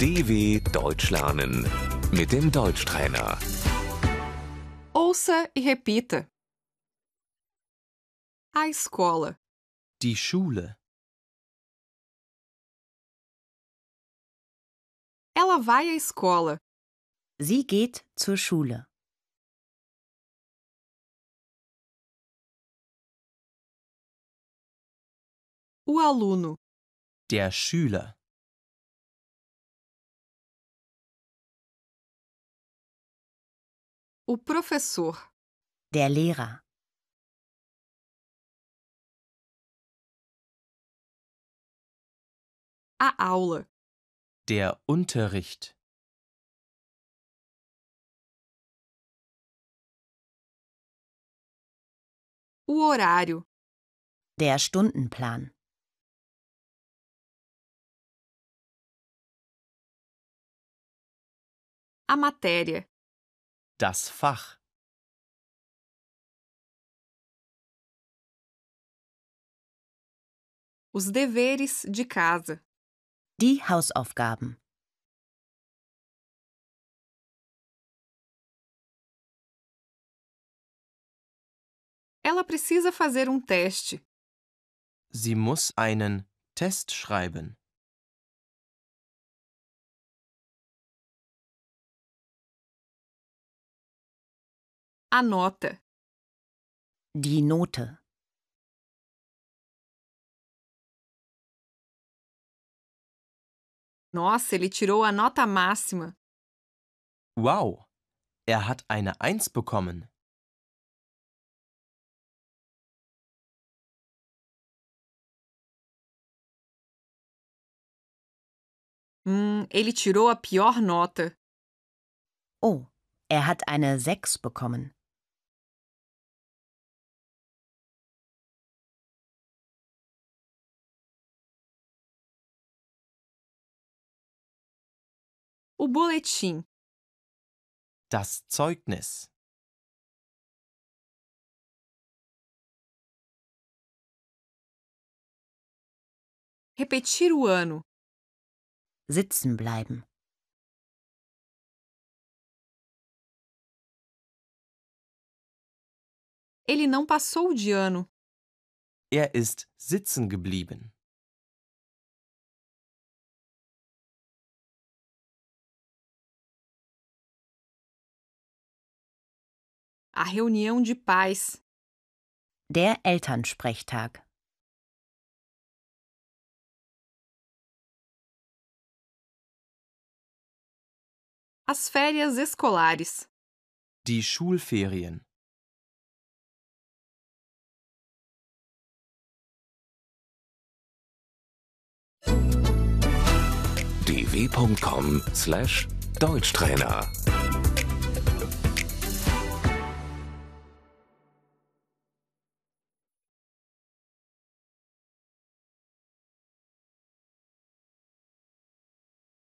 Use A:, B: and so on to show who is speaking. A: DW Deutsch lernen mit dem Deutschtrainer.
B: Ouça e repita. A escola,
C: Die Schule.
B: ela vai à escola.
D: Sie geht zur Schule.
B: O aluno,
C: Der Schüler.
B: o professor,
D: Der Lehrer.
B: a aula,
C: Der Unterricht.
B: o horário,
D: Der Stundenplan.
B: a matéria,
C: Das Fach.
B: os deveres de casa,
D: Die Hausaufgaben.
B: ela precisa fazer um teste.
C: Sie muss einen Test schreiben.
B: A nota,
D: Die Note.
B: nossa, ele tirou a nota máxima.
C: Wow! Er hat eine Eins bekommen.
B: Hum, ele tirou a pior nota.
D: Oh, er hat eine 6 bekommen.
B: O boletim,
C: Das Zeugnis.
B: repetir o ano,
D: Sitzen bleiben.
B: ele não passou de ano.
C: Er ist sitzen geblieben.
B: A reunião de pais.
D: Der Elternsprechtag.
B: As férias escolares.
C: Die Schulferien.
A: dw.com/deutschtrainer